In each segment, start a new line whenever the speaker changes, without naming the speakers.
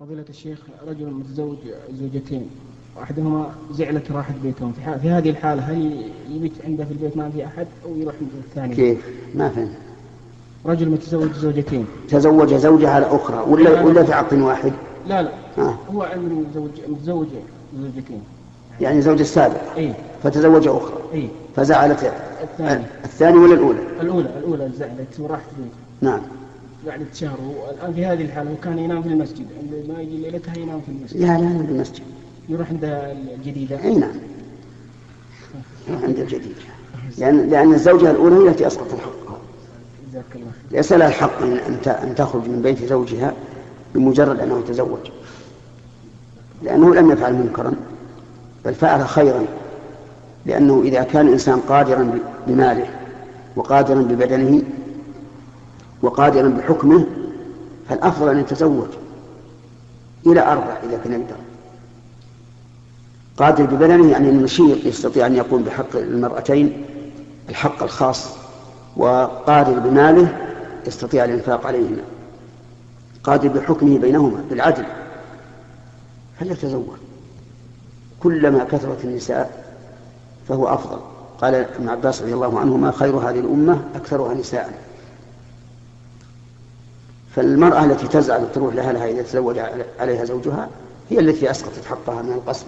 فضيلة الشيخ رجل متزوج زوجتين واحدهما زعلت راحت بيتهم في, حال في هذه الحالة هل يبيت عنده في البيت ما في أحد أو يروح عند الثاني
كيف؟ ما فهمت
رجل متزوج زوجتين
تزوج زوجها الأخرى ولا ولا في عقد واحد
لا لا
آه.
هو عمره متزوج متزوج زوجتين
يعني زوج السابق
أي
فتزوج أخرى
أي
فزعلت
الثاني
الثاني ولا الأولى
الأولى الأولى زعلت وراحت بيته
نعم
بعد شهر والآن في هذه الحالة وكان ينام في المسجد عند ما يجي ليلتها ينام في المسجد
لا لا أنا بالمسجد
يروح عند الجديدة
أي نعم عند الجديد لأن لأن الزوجة الأولى هي التي أسقطت حقها
جزاك الله خير
ليس لها الحق أن أن ت- أن تخرج من بيت زوجها بمجرد أنه تزوج لأنه لم يفعل منكرا بل فعل خيرا لأنه إذا كان الإنسان قادرا ب- بماله وقادرا ببدنه وقادرا بحكمه فالأفضل أن يتزوج إلى أربع إذا كان يقدر قادر ببدنه يعني النشيط يستطيع أن يقوم بحق المرأتين الحق الخاص وقادر بماله يستطيع الإنفاق عليهما قادر بحكمه بينهما بالعدل فليتزوج كلما كثرت النساء فهو أفضل قال ابن عباس رضي الله عنهما خير هذه الأمة أكثرها نساء فالمرأة التي تزعل تروح لها لها إذا تزوج عليها زوجها هي التي أسقطت حقها من القسم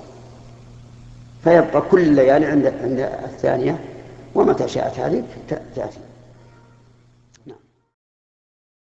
فيبقى كل ليالي عند عند الثانية ومتى شاءت هذه ت- تأتي